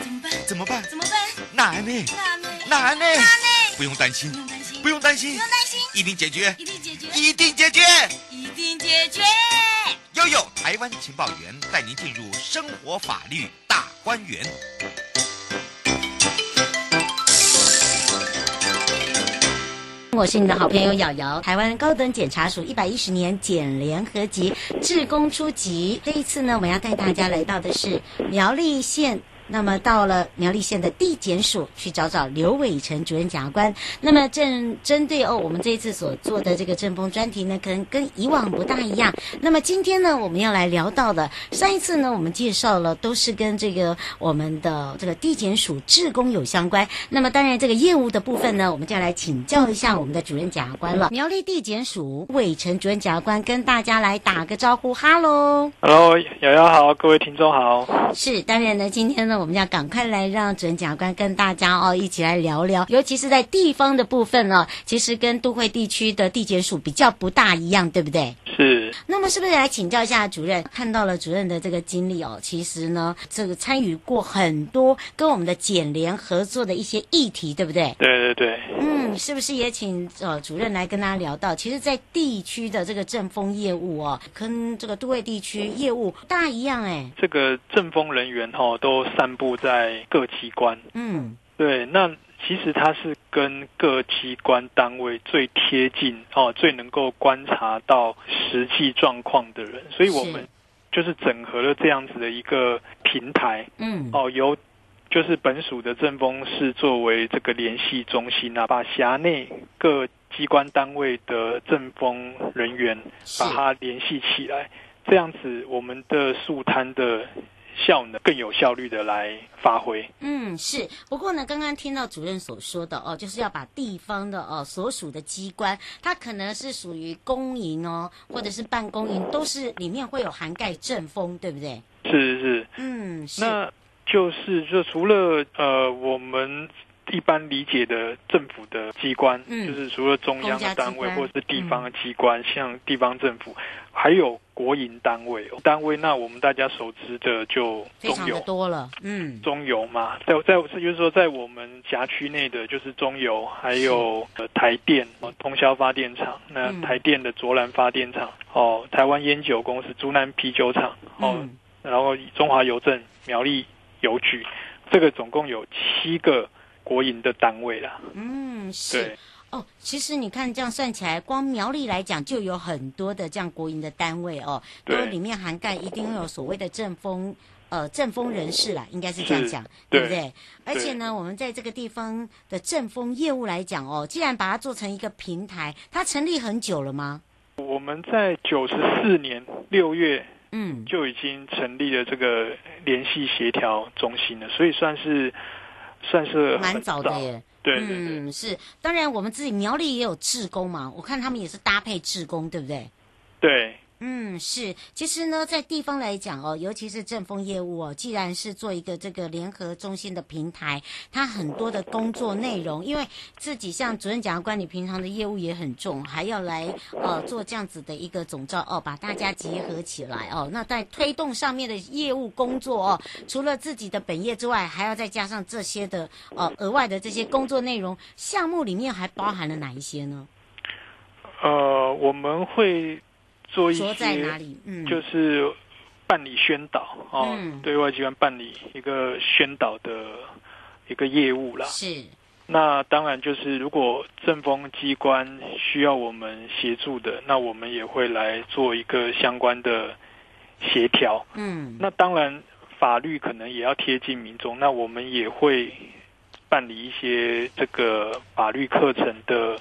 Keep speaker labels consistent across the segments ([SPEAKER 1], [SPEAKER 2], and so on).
[SPEAKER 1] 么办？
[SPEAKER 2] 怎么办？
[SPEAKER 1] 哪安呢？
[SPEAKER 2] 那呢？
[SPEAKER 1] 哪安呢？
[SPEAKER 2] 那呢？
[SPEAKER 1] 不用担心
[SPEAKER 2] 不，用担心，
[SPEAKER 1] 不用担心
[SPEAKER 2] 不用，担心，
[SPEAKER 1] 一定解决，
[SPEAKER 2] 一定解决，
[SPEAKER 1] 一定解决。
[SPEAKER 2] 一定解决。
[SPEAKER 1] 悠悠台湾情报员带您进入生活法律大观园。
[SPEAKER 3] 我是你的好朋友瑶瑶。台湾高等检察署一百一十年检联合集志工出击，这一次呢，我们要带大家来到的是苗栗县。那么到了苗栗县的地检署去找找刘伟成主任检察官。那么正针对哦，我们这一次所做的这个政风专题呢，可能跟以往不大一样。那么今天呢，我们要来聊到的，上一次呢，我们介绍了都是跟这个我们的这个地检署志工有相关。那么当然这个业务的部分呢，我们就要来请教一下我们的主任检察官了。苗栗地检署伟成主任检察官跟大家来打个招呼，哈喽。
[SPEAKER 4] Hello，瑶瑶好，各位听众好。
[SPEAKER 3] 是，当然呢，今天呢，我们要赶快来让主任检察官跟大家哦一起来聊聊，尤其是在地方的部分哦，其实跟都会地区的地检署比较不大一样，对不对？
[SPEAKER 4] 是
[SPEAKER 3] 那么是不是来请教一下主任？看到了主任的这个经历哦，其实呢，这个参与过很多跟我们的检联合作的一些议题，对不对？
[SPEAKER 4] 对对对，
[SPEAKER 3] 嗯，是不是也请呃主任来跟大家聊到？其实，在地区的这个政风业务哦，跟这个都会地区业务不大一样哎，
[SPEAKER 4] 这个政风人员哈、都散布在各机关。
[SPEAKER 3] 嗯。
[SPEAKER 4] 对，那其实它是跟各机关单位最贴近哦，最能够观察到实际状况的人，所以我们
[SPEAKER 3] 是
[SPEAKER 4] 就是整合了这样子的一个平台
[SPEAKER 3] 嗯，
[SPEAKER 4] 哦，由。就是本署的政风是作为这个联系中心啊，把辖内各机关单位的政风人员
[SPEAKER 3] 是
[SPEAKER 4] 把它联系起来，这样子我们的速摊的效能更有效率的来发挥。
[SPEAKER 3] 嗯，是。不过呢，刚刚听到主任所说的哦，就是要把地方的哦所属的机关，它可能是属于公营哦，或者是办公营，都是里面会有涵盖政风，对不对？
[SPEAKER 4] 是是，
[SPEAKER 3] 嗯，是。
[SPEAKER 4] 那就是就除了呃我们。一般理解的政府的机关，
[SPEAKER 3] 嗯
[SPEAKER 4] 就是除了中央的单
[SPEAKER 3] 公
[SPEAKER 4] 位
[SPEAKER 3] 家机关嗯
[SPEAKER 4] 或是地方的机关，像地方政府，还有国营单位哦。单位那我们大家熟知的就
[SPEAKER 3] 非
[SPEAKER 4] 中
[SPEAKER 3] 常的
[SPEAKER 4] 油，
[SPEAKER 3] 多了，嗯，
[SPEAKER 4] 中油嘛，在在就是说，在我们辖区内的，就是中油，还有呃台电、哦、通宵发电厂，那
[SPEAKER 3] 嗯
[SPEAKER 4] 台电的卓兰发电厂，哦，台湾烟酒公司、竹南啤酒厂，哦，
[SPEAKER 3] 嗯，
[SPEAKER 4] 然后中华邮政、苗栗邮局，这个总共有七个国营的单位啦。
[SPEAKER 3] 嗯，是
[SPEAKER 4] 对，
[SPEAKER 3] 哦。其实你看这样算起来，光苗栗来讲就有很多的这样国营的单位哦，都
[SPEAKER 4] 对
[SPEAKER 3] 里面涵盖一定会有所谓的政风。呃，政风人士啦，应该是这样
[SPEAKER 4] 是
[SPEAKER 3] 讲，
[SPEAKER 4] 对
[SPEAKER 3] 不对？而且呢，我们在这个地方的政风业务来讲哦，既然把它做成一个平台，它成立很久了吗？
[SPEAKER 4] 我们在九十四年六月
[SPEAKER 3] 嗯，
[SPEAKER 4] 就已经成立了这个联系协调中心了，所以算是算是
[SPEAKER 3] 蛮
[SPEAKER 4] 呃很
[SPEAKER 3] 早的耶。
[SPEAKER 4] 对对对。
[SPEAKER 3] 嗯，是。当然，我们自己苗栗也有志工嘛，我看他们也是搭配志工，对不对？
[SPEAKER 4] 对
[SPEAKER 3] 嗯，是。其实呢，在地方来讲哦，尤其是政风业务哦，既然是做一个这个联合中心的平台，它很多的工作内容，因为自己像主任检察官，你平常的业务也很重，还要来呃做这样子的一个总召哦，把大家结合起来哦。那在推动上面的业务工作哦，除了自己的本业之外，还要再加上这些的呃额外的这些工作内容项目里面还包含了哪一些呢？
[SPEAKER 4] 呃，我们会做一
[SPEAKER 3] 着在哪
[SPEAKER 4] 些，
[SPEAKER 3] 里？嗯，
[SPEAKER 4] 就是办理宣导哦，
[SPEAKER 3] 嗯
[SPEAKER 4] 对外机关办理一个宣导的一个业务啦。
[SPEAKER 3] 是
[SPEAKER 4] 那当然就是，如果政风机关需要我们协助的，那我们也会来做一个相关的协调。
[SPEAKER 3] 嗯。
[SPEAKER 4] 那当然，法律可能也要贴近民众，那我们也会办理一些这个法律课程的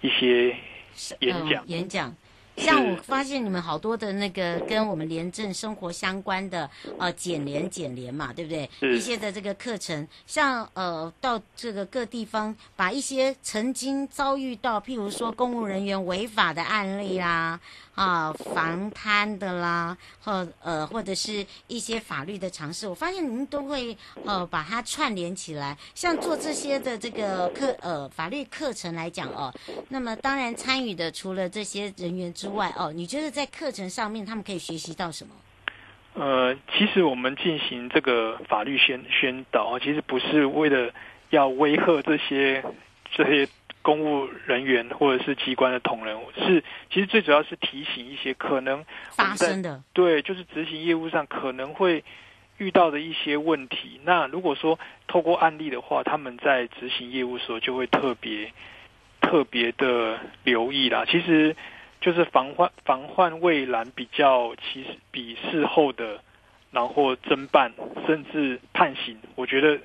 [SPEAKER 4] 一些
[SPEAKER 3] 是
[SPEAKER 4] 演讲
[SPEAKER 3] 嗯、演讲。像
[SPEAKER 4] 是
[SPEAKER 3] 我发现你们好多的那个跟我们廉政生活相关的呃简联简联嘛，对不对？
[SPEAKER 4] 是
[SPEAKER 3] 一些的这个课程，像呃到这个各地方，把一些曾经遭遇到，譬如说公务人员违法的案例啦，啊、防贪的啦，或呃或者是一些法律的常识，我发现你们都会呃把它串联起来。像做这些的这个课呃法律课程来讲哦、那么当然参与的除了这些人员之外，哦，你觉得在课程上面他们可以学习到什么？
[SPEAKER 4] 呃，其实我们进行这个法律宣宣导，其实不是为了要威吓这些这些公务人员或者是机关的同仁，是其实最主要是提醒一些可能我
[SPEAKER 3] 发
[SPEAKER 4] 们在
[SPEAKER 3] 生的，
[SPEAKER 4] 对，就是执行业务上可能会遇到的一些问题。那如果说透过案例的话，他们在执行业务的时候就会特别特别的留意啦。其实就是防患防患未然，比较其实比事后的然后侦办甚至判刑，我觉得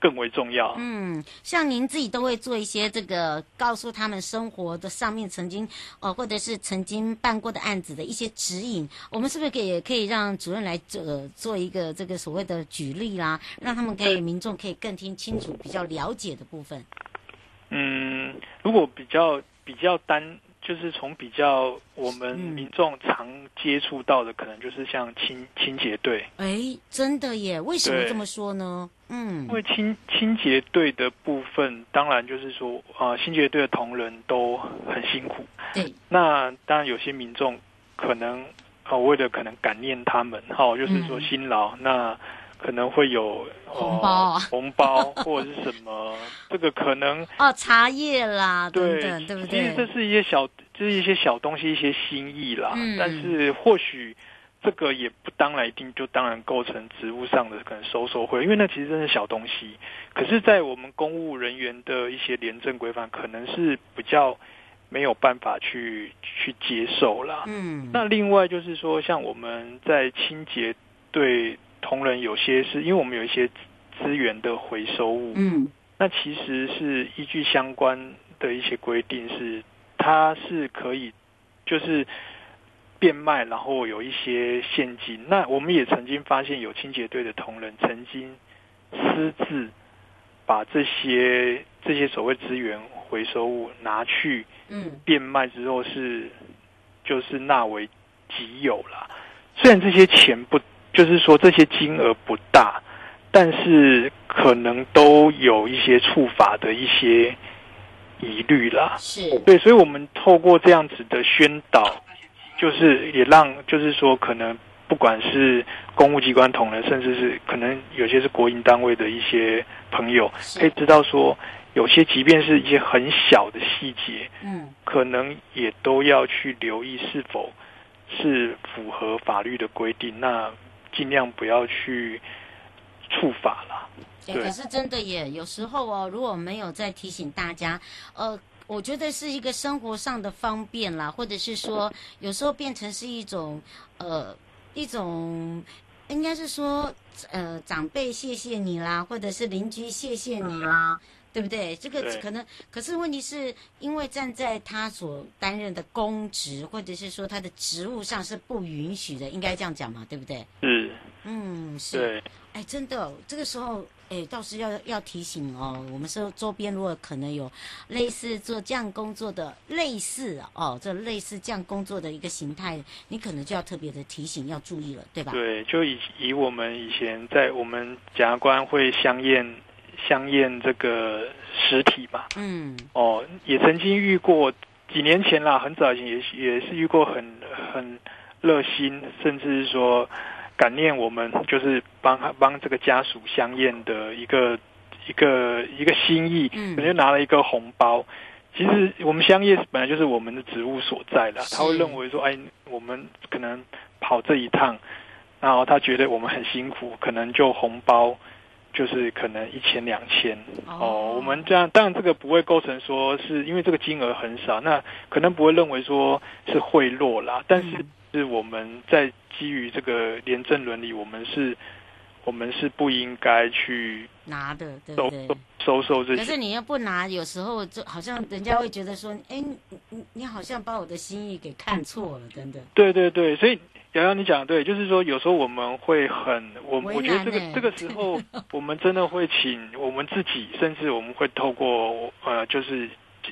[SPEAKER 4] 更为重要。
[SPEAKER 3] 嗯，像您自己都会做一些这个，告诉他们生活的上面曾经呃，或者是曾经办过的案子的一些指引。我们是不是可以也可以让主任来做、呃、做一个这个所谓的举例啦，让他们可以民众可以更听清楚、比较了解的部分？
[SPEAKER 4] 嗯，如果比较比较单，就是从比较我们
[SPEAKER 3] 嗯
[SPEAKER 4] 民众常接触到的，可能就是像清清洁队，
[SPEAKER 3] 哎，真的耶，为什么
[SPEAKER 4] 对
[SPEAKER 3] 这么说呢？嗯
[SPEAKER 4] 因，为清清洁队的部分，当然就是说啊、呃清洁队的同仁都很辛苦。
[SPEAKER 3] 对，
[SPEAKER 4] 那当然有些民众可能啊、呃为了可能感念他们，哈、就是说
[SPEAKER 3] 嗯
[SPEAKER 4] 辛劳，那可能会有、呃
[SPEAKER 3] 红包啊
[SPEAKER 4] 红包或者是什么，这个可能
[SPEAKER 3] 哦，茶叶啦，等
[SPEAKER 4] 对
[SPEAKER 3] 等，对不
[SPEAKER 4] 其实这
[SPEAKER 3] 对？
[SPEAKER 4] 是一些小，就是一些小东西，一些心意啦。
[SPEAKER 3] 嗯
[SPEAKER 4] 但是或许这个也不当然一定就当然构成职务上的可能收受贿，因为那其实真的是小东西。可是，在我们公务人员的一些廉政规范，可能是比较没有办法去去接受啦。
[SPEAKER 3] 嗯，
[SPEAKER 4] 那另外就是说，像我们在清洁对同仁有些是因为我们有一些资源的回收物，
[SPEAKER 3] 嗯，
[SPEAKER 4] 那其实是依据相关的一些规定是，它是可以就是变卖，然后有一些现金。那我们也曾经发现有清洁队的同仁曾经私自把这些这些所谓资源回收物拿去
[SPEAKER 3] 嗯，
[SPEAKER 4] 变卖之后是就是纳为己有啦。虽然这些钱不，就是说这些金额不大，但是可能都有一些触法的一些疑虑啦。
[SPEAKER 3] 是，
[SPEAKER 4] 对，所以我们透过这样子的宣导，就是也让，就是说可能。不管是公务机关同仁，甚至是可能有些是国营单位的一些朋友，可以
[SPEAKER 3] 是，
[SPEAKER 4] 知道说，有些即便是一些很小的细节，
[SPEAKER 3] 嗯，
[SPEAKER 4] 可能也都要去留意是否是符合法律的规定，那尽量不要去触法啦。
[SPEAKER 3] 对，
[SPEAKER 4] 对
[SPEAKER 3] 可是真的耶，有时候哦，如果没有再提醒大家，呃。我觉得是一个生活上的方便啦，或者是说，有时候变成是一种，呃，一种，应该是说，呃，长辈谢谢你啦，或者是邻居谢谢你啦，对不对？这个
[SPEAKER 4] 对
[SPEAKER 3] 可能，可是问题是因为站在他所担任的公职，或者是说他的职务上是不允许的，应该这样讲嘛，对不对？
[SPEAKER 4] 是，
[SPEAKER 3] 嗯，是。
[SPEAKER 4] 对，
[SPEAKER 3] 哎，真的，这个时候，哎，倒是要要提醒哦，我们说周边如果可能有类似做这样工作的，类似哦，这类似这样工作的一个形态，你可能就要特别的提醒，要注意了，对吧？
[SPEAKER 4] 对，就以以我们以前在我们检察官会相验相验这个实体嘛，
[SPEAKER 3] 嗯，
[SPEAKER 4] 哦，也曾经遇过几年前啦，很早以前也是也是遇过很很热心，甚至是说感念我们就是帮他帮这个家属相验的一个一个一个心意，
[SPEAKER 3] 嗯
[SPEAKER 4] 可能就拿了一个红包。其实我们相业本来就是我们的职务所在啦，
[SPEAKER 3] 是
[SPEAKER 4] 他会认为说，哎，我们可能跑这一趟，然后他觉得我们很辛苦，可能就红包就是可能一千两千
[SPEAKER 3] 哦
[SPEAKER 4] 哦。我们这样当然这个不会构成说是因为这个金额很少，那可能不会认为说是贿赂啦，但是
[SPEAKER 3] 嗯
[SPEAKER 4] 是我们在基于这个廉政伦理，我们是。我们是不应该去
[SPEAKER 3] 拿的，对不
[SPEAKER 4] 收
[SPEAKER 3] 对？
[SPEAKER 4] 收受这
[SPEAKER 3] 可
[SPEAKER 4] 些
[SPEAKER 3] 是你要不拿，有时候就好像人家会觉得说，哎，你你你好像把我的心意给看错了，等等。
[SPEAKER 4] 对对对，所以瑶瑶你讲的对，就是说有时候我们会很，我
[SPEAKER 3] 为难
[SPEAKER 4] 我觉得这个
[SPEAKER 3] 欸
[SPEAKER 4] 这个时 候，我们真的会请我们自己，甚至我们会透过呃，就是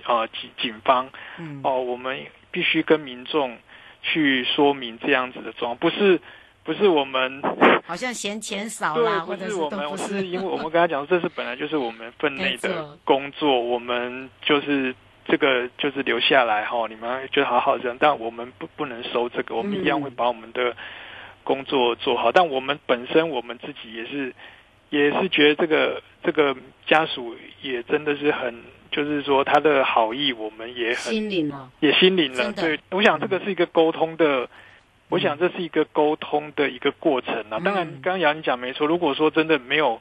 [SPEAKER 4] 呃警警方
[SPEAKER 3] 嗯，
[SPEAKER 4] 哦，我们必须跟民众去说明这样子的状况，不是不是我们
[SPEAKER 3] 好像嫌钱少啦，或
[SPEAKER 4] 对，
[SPEAKER 3] 者
[SPEAKER 4] 不是我
[SPEAKER 3] 都
[SPEAKER 4] 们，
[SPEAKER 3] 不
[SPEAKER 4] 我是因为我们跟他讲， 这是本来就是我们分内
[SPEAKER 3] 该
[SPEAKER 4] 的
[SPEAKER 3] 做
[SPEAKER 4] 工作，我们就是这个就是留下来哈，你们就好好这样，但我们不不能收这个，我们一样会把我们的工作做好。但我们本身我们自己也是也是觉得这个这个家属也真的是很，就是说他的好意我们也很
[SPEAKER 3] 心领了。
[SPEAKER 4] 也心领了。
[SPEAKER 3] 真的嗯
[SPEAKER 4] 对，我想这个是一个沟通的，我想这是一个沟通的一个过程啊。
[SPEAKER 3] 嗯
[SPEAKER 4] 当然，刚刚杨你讲没错，如果说真的没有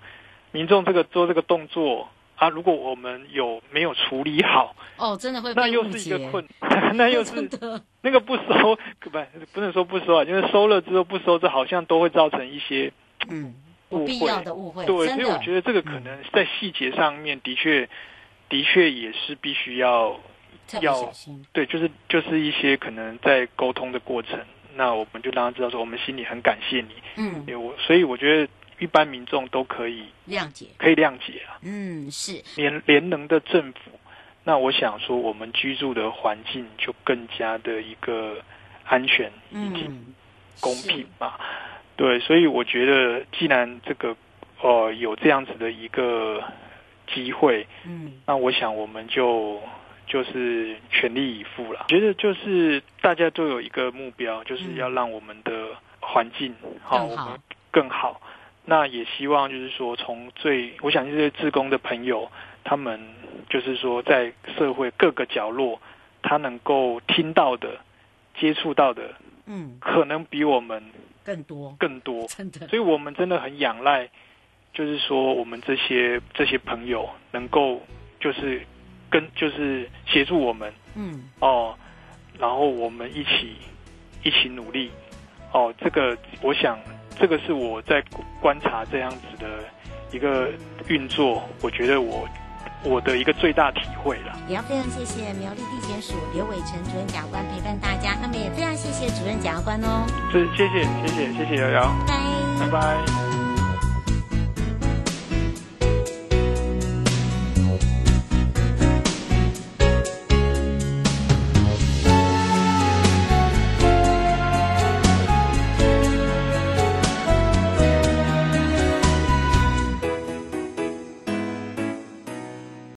[SPEAKER 4] 民众这个做这个动作啊，如果我们有没有处理好，
[SPEAKER 3] 哦，真的会
[SPEAKER 4] 那
[SPEAKER 3] 被
[SPEAKER 4] 又
[SPEAKER 3] 误
[SPEAKER 4] 是一
[SPEAKER 3] 解
[SPEAKER 4] 个，困， 那又
[SPEAKER 3] 真
[SPEAKER 4] 是
[SPEAKER 3] 的
[SPEAKER 4] 那个不收，不不能说不收啊，就是收了之后不收，这好像都会造成一些
[SPEAKER 3] 嗯，不
[SPEAKER 4] 误
[SPEAKER 3] 必
[SPEAKER 4] 会。
[SPEAKER 3] 要的误会，
[SPEAKER 4] 对，
[SPEAKER 3] 真
[SPEAKER 4] 所以我
[SPEAKER 3] 的嗯
[SPEAKER 4] 觉得这个可能在细节上面的确，的确也是必须要
[SPEAKER 3] 特别小心。
[SPEAKER 4] 对，就是就是一些可能在沟通的过程，那我们就让他知道说，我们心里很感谢你，
[SPEAKER 3] 嗯，
[SPEAKER 4] 也我所以我觉得一般民众都可以
[SPEAKER 3] 谅解。
[SPEAKER 4] 可以谅解啊，
[SPEAKER 3] 嗯，是
[SPEAKER 4] 联联能的政府，那我想说我们居住的环境就更加的一个安全以及
[SPEAKER 3] 嗯，
[SPEAKER 4] 公
[SPEAKER 3] 是
[SPEAKER 4] 平嘛，对，所以我觉得既然这个呃有这样子的一个机会，
[SPEAKER 3] 嗯，
[SPEAKER 4] 那我想我们就就是全力以赴了。觉得就是大家都有一个目标，就是要让我们的环境好，
[SPEAKER 3] 嗯更
[SPEAKER 4] 我
[SPEAKER 3] 好
[SPEAKER 4] 们更好。那也希望就是说，从最我想这些志工的朋友，他们就是说在社会各个角落，他能够听到的、接触到的，
[SPEAKER 3] 嗯，
[SPEAKER 4] 可能比我们
[SPEAKER 3] 更多，
[SPEAKER 4] 更多。
[SPEAKER 3] 真的
[SPEAKER 4] 所以我们真的很仰赖，就是说我们这些这些朋友能够就是跟就是协助我们
[SPEAKER 3] 嗯，
[SPEAKER 4] 哦，然后我们一起一起努力哦。这个我想这个是我在观察这样子的一个运作，我觉得我我的一个最大体会了。
[SPEAKER 3] 也要非常谢谢苗栗地检署刘伟成主任检察官陪伴大家，那么也非常谢谢主任检察官哦，
[SPEAKER 4] 这谢谢谢谢谢谢瑶瑶，
[SPEAKER 3] 拜拜
[SPEAKER 4] 拜拜。